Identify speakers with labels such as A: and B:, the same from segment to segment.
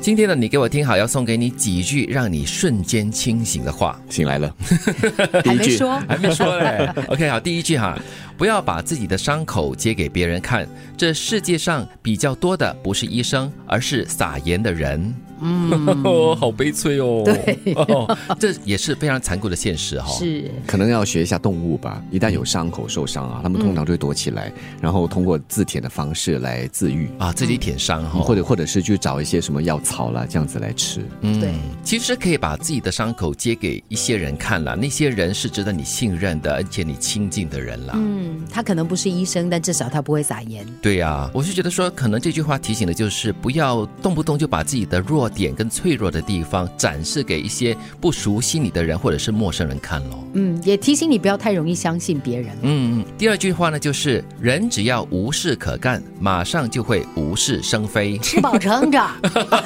A: 今天呢，你给我听好，要送给你几句让你瞬间清醒的话。
B: 醒来了，
C: 还没说，
A: 还没说嘞。OK，好， 第一句哈，不要把自己的伤口揭给别人看。这世界上比较多的不是医生，而是撒盐的人。 嗯，好悲催哦。
C: 对
A: 哦，这也是非常残酷的现实哈、
C: 是
B: 可能要学一下动物吧。一旦有伤口受伤啊，他们通常就会躲起来，然后通过自舔的方式来自愈，
A: 啊，自己舔伤哈、
B: 或者或者是去找一些什么药草啦，这样子来 吃。
A: 嗯
C: 对，
A: 其实可以把自己的伤口揭给一些人看啦，那些人是值得你信任的，而且你亲近的人啦。
C: 嗯，他可能不是医生，但至少他不会撒盐。
A: 对呀、我是觉得说，可能这句话提醒的就是不要动不动就把自己的弱点跟脆弱的地方展示给一些不熟悉你的人或者是陌生人看咯。
C: 嗯，也提醒你不要太容易相信别人。
A: 嗯嗯，第二句话呢，就是人只要无事可干，马上就会无事生非，
C: 吃饱撑着，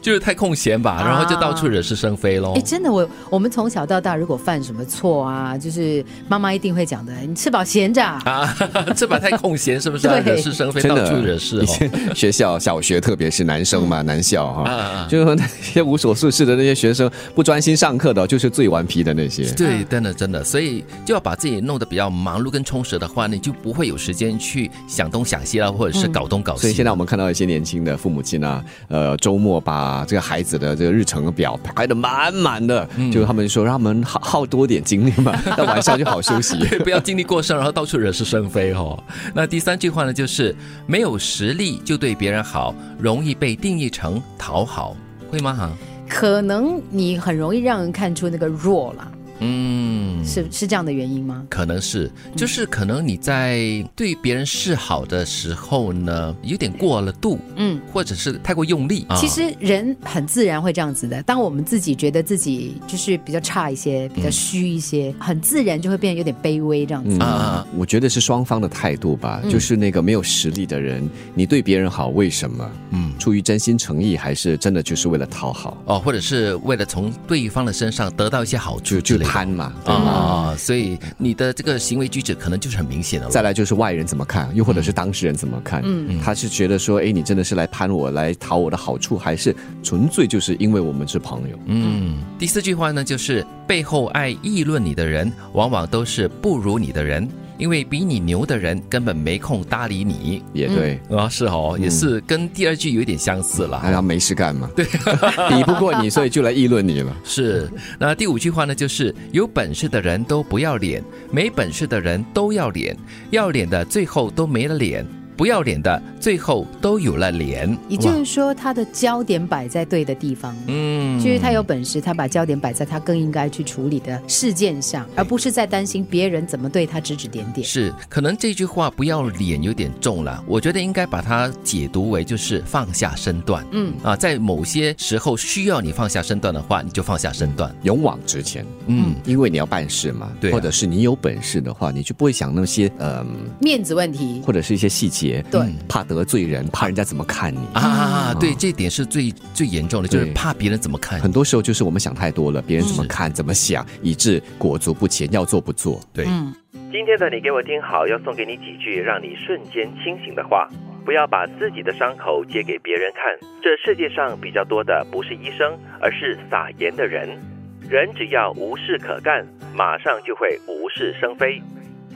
A: 就是太空闲吧，然后就到处惹是生非咯。
C: 哎，真的，我我们从小到大，如果犯什么错啊，就是妈妈一定会讲的，你吃饱闲着啊，
A: 啊， 这把太空闲是不是、啊？
C: 对
A: 惹是生非，
B: 真
A: 到
B: 的
A: 处惹事
B: 以
A: 哦。
B: 前学校小学，特别是男生嘛，男校
A: 啊
B: 哈，
A: 啊啊
B: 就是说那些无所事事的那些学生，不专心上课的，就是最顽皮的那些。
A: 对，真的真的，所以就要把自己弄得比较忙碌跟充实的话，你就不会有时间去想东想西啦，或者是搞东搞西。
B: 嗯所以现在我们看到一些年轻的父母亲啊，呃，周末把这个孩子的这个日程表排得满满的，就是他们说让他们耗耗多点精力 嘛，到晚上就好休息。
A: 对，不要精力过剩，然后到处惹是生非哦。那第三句话呢，就是没有实力就对别人好，容易被定义成讨好，会吗？哈，
C: 可能你很容易让人看出那个弱啦，
A: 嗯，
C: 是是这样的原因吗？
A: 可能是，就是可能你在对别人示好的时候呢，有点过了度，
C: 嗯，
A: 或者是太过用力啊。
C: 其实人很自然会这样子的。当我们自己觉得自己就是比较差一些、
A: 嗯
C: 比较虚一些，很自然就会变得有点卑微这样子。
B: 嗯
A: 啊啊啊
B: 我觉得是双方的态度吧，
A: 嗯
B: 就是那个没有实力的人，你对别人好，为什么？
A: 嗯
B: 嗯，出于真心诚意，还是真的就是为了讨好，
A: 哦，或者是为了从对方的身上得到一些好处
B: 就
A: 之
B: 就
A: 类的
B: 贪嘛，对吧？哦
A: 啊、所以你的这个行为举止可能就是很明显的
B: 再
A: 了。
B: 来就是外人怎么看，又或者是当事人怎么看。嗯，他是觉得说，哎，你真的是来攀我，来讨我的好处，还是纯粹就是因为我们是朋友？
A: 嗯，第四句话呢，就是背后爱议论你的人，往往都是不如你的人，因为比你牛的人根本没空搭理你。
B: 也对，
A: 啊，是哦，也是跟第二句有一点相似了。
B: 哎呀，没事干嘛？对， 比不过你，所以就来议论你了。
A: 是，那第五句话呢，就是有本事的人都不要脸，没本事的人都要脸，要脸的最后都没了脸，不要脸的最后都有了脸。
C: 也就是说，他的焦点摆在对的地方。
A: 嗯
C: 就是他有本事，他把焦点摆在他更应该去处理的事件上，而不是在担心别人怎么对他指指点点。
A: 是，可能这句话不要脸有点重了，我觉得应该把它解读为就是放下身段。嗯啊，在某些时候需要你放下身段的话，你就放下身段。
B: 勇往直前，
A: 嗯，
B: 因为你要办事嘛，
A: 对啊
B: 或者是你有本事的话，你就不会想那些嗯、
C: 面子问题，
B: 或者是一些细节，
C: 对
B: 嗯怕得罪人，怕人家怎么看你。
A: 啊，对，这点是最最严重的，就是
B: 嗯对
A: 怕别人怎么看。
B: 很多时候就是我们想太多了，别人怎么看、怎么想，以致裹足不前，要做不做。
A: 对，
C: 嗯
D: 今天的你给我听好，要送给你几句让你瞬间清醒的话。不要把自己的伤口揭给别人看。这世界上比较多的不是医生，而是撒盐的人。人只要无事可干，马上就会无事生非。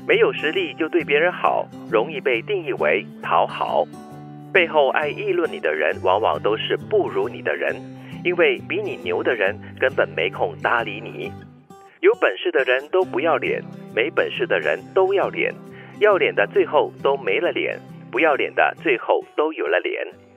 D: 没有实力就对别人好，容易被定义为讨好。背后爱议论你的人，往往都是不如你的人，因为比你牛的人根本没空搭理你。有本事的人都不要脸，没本事的人都要脸，要脸的最后都没了脸，不要脸的最后都有了脸。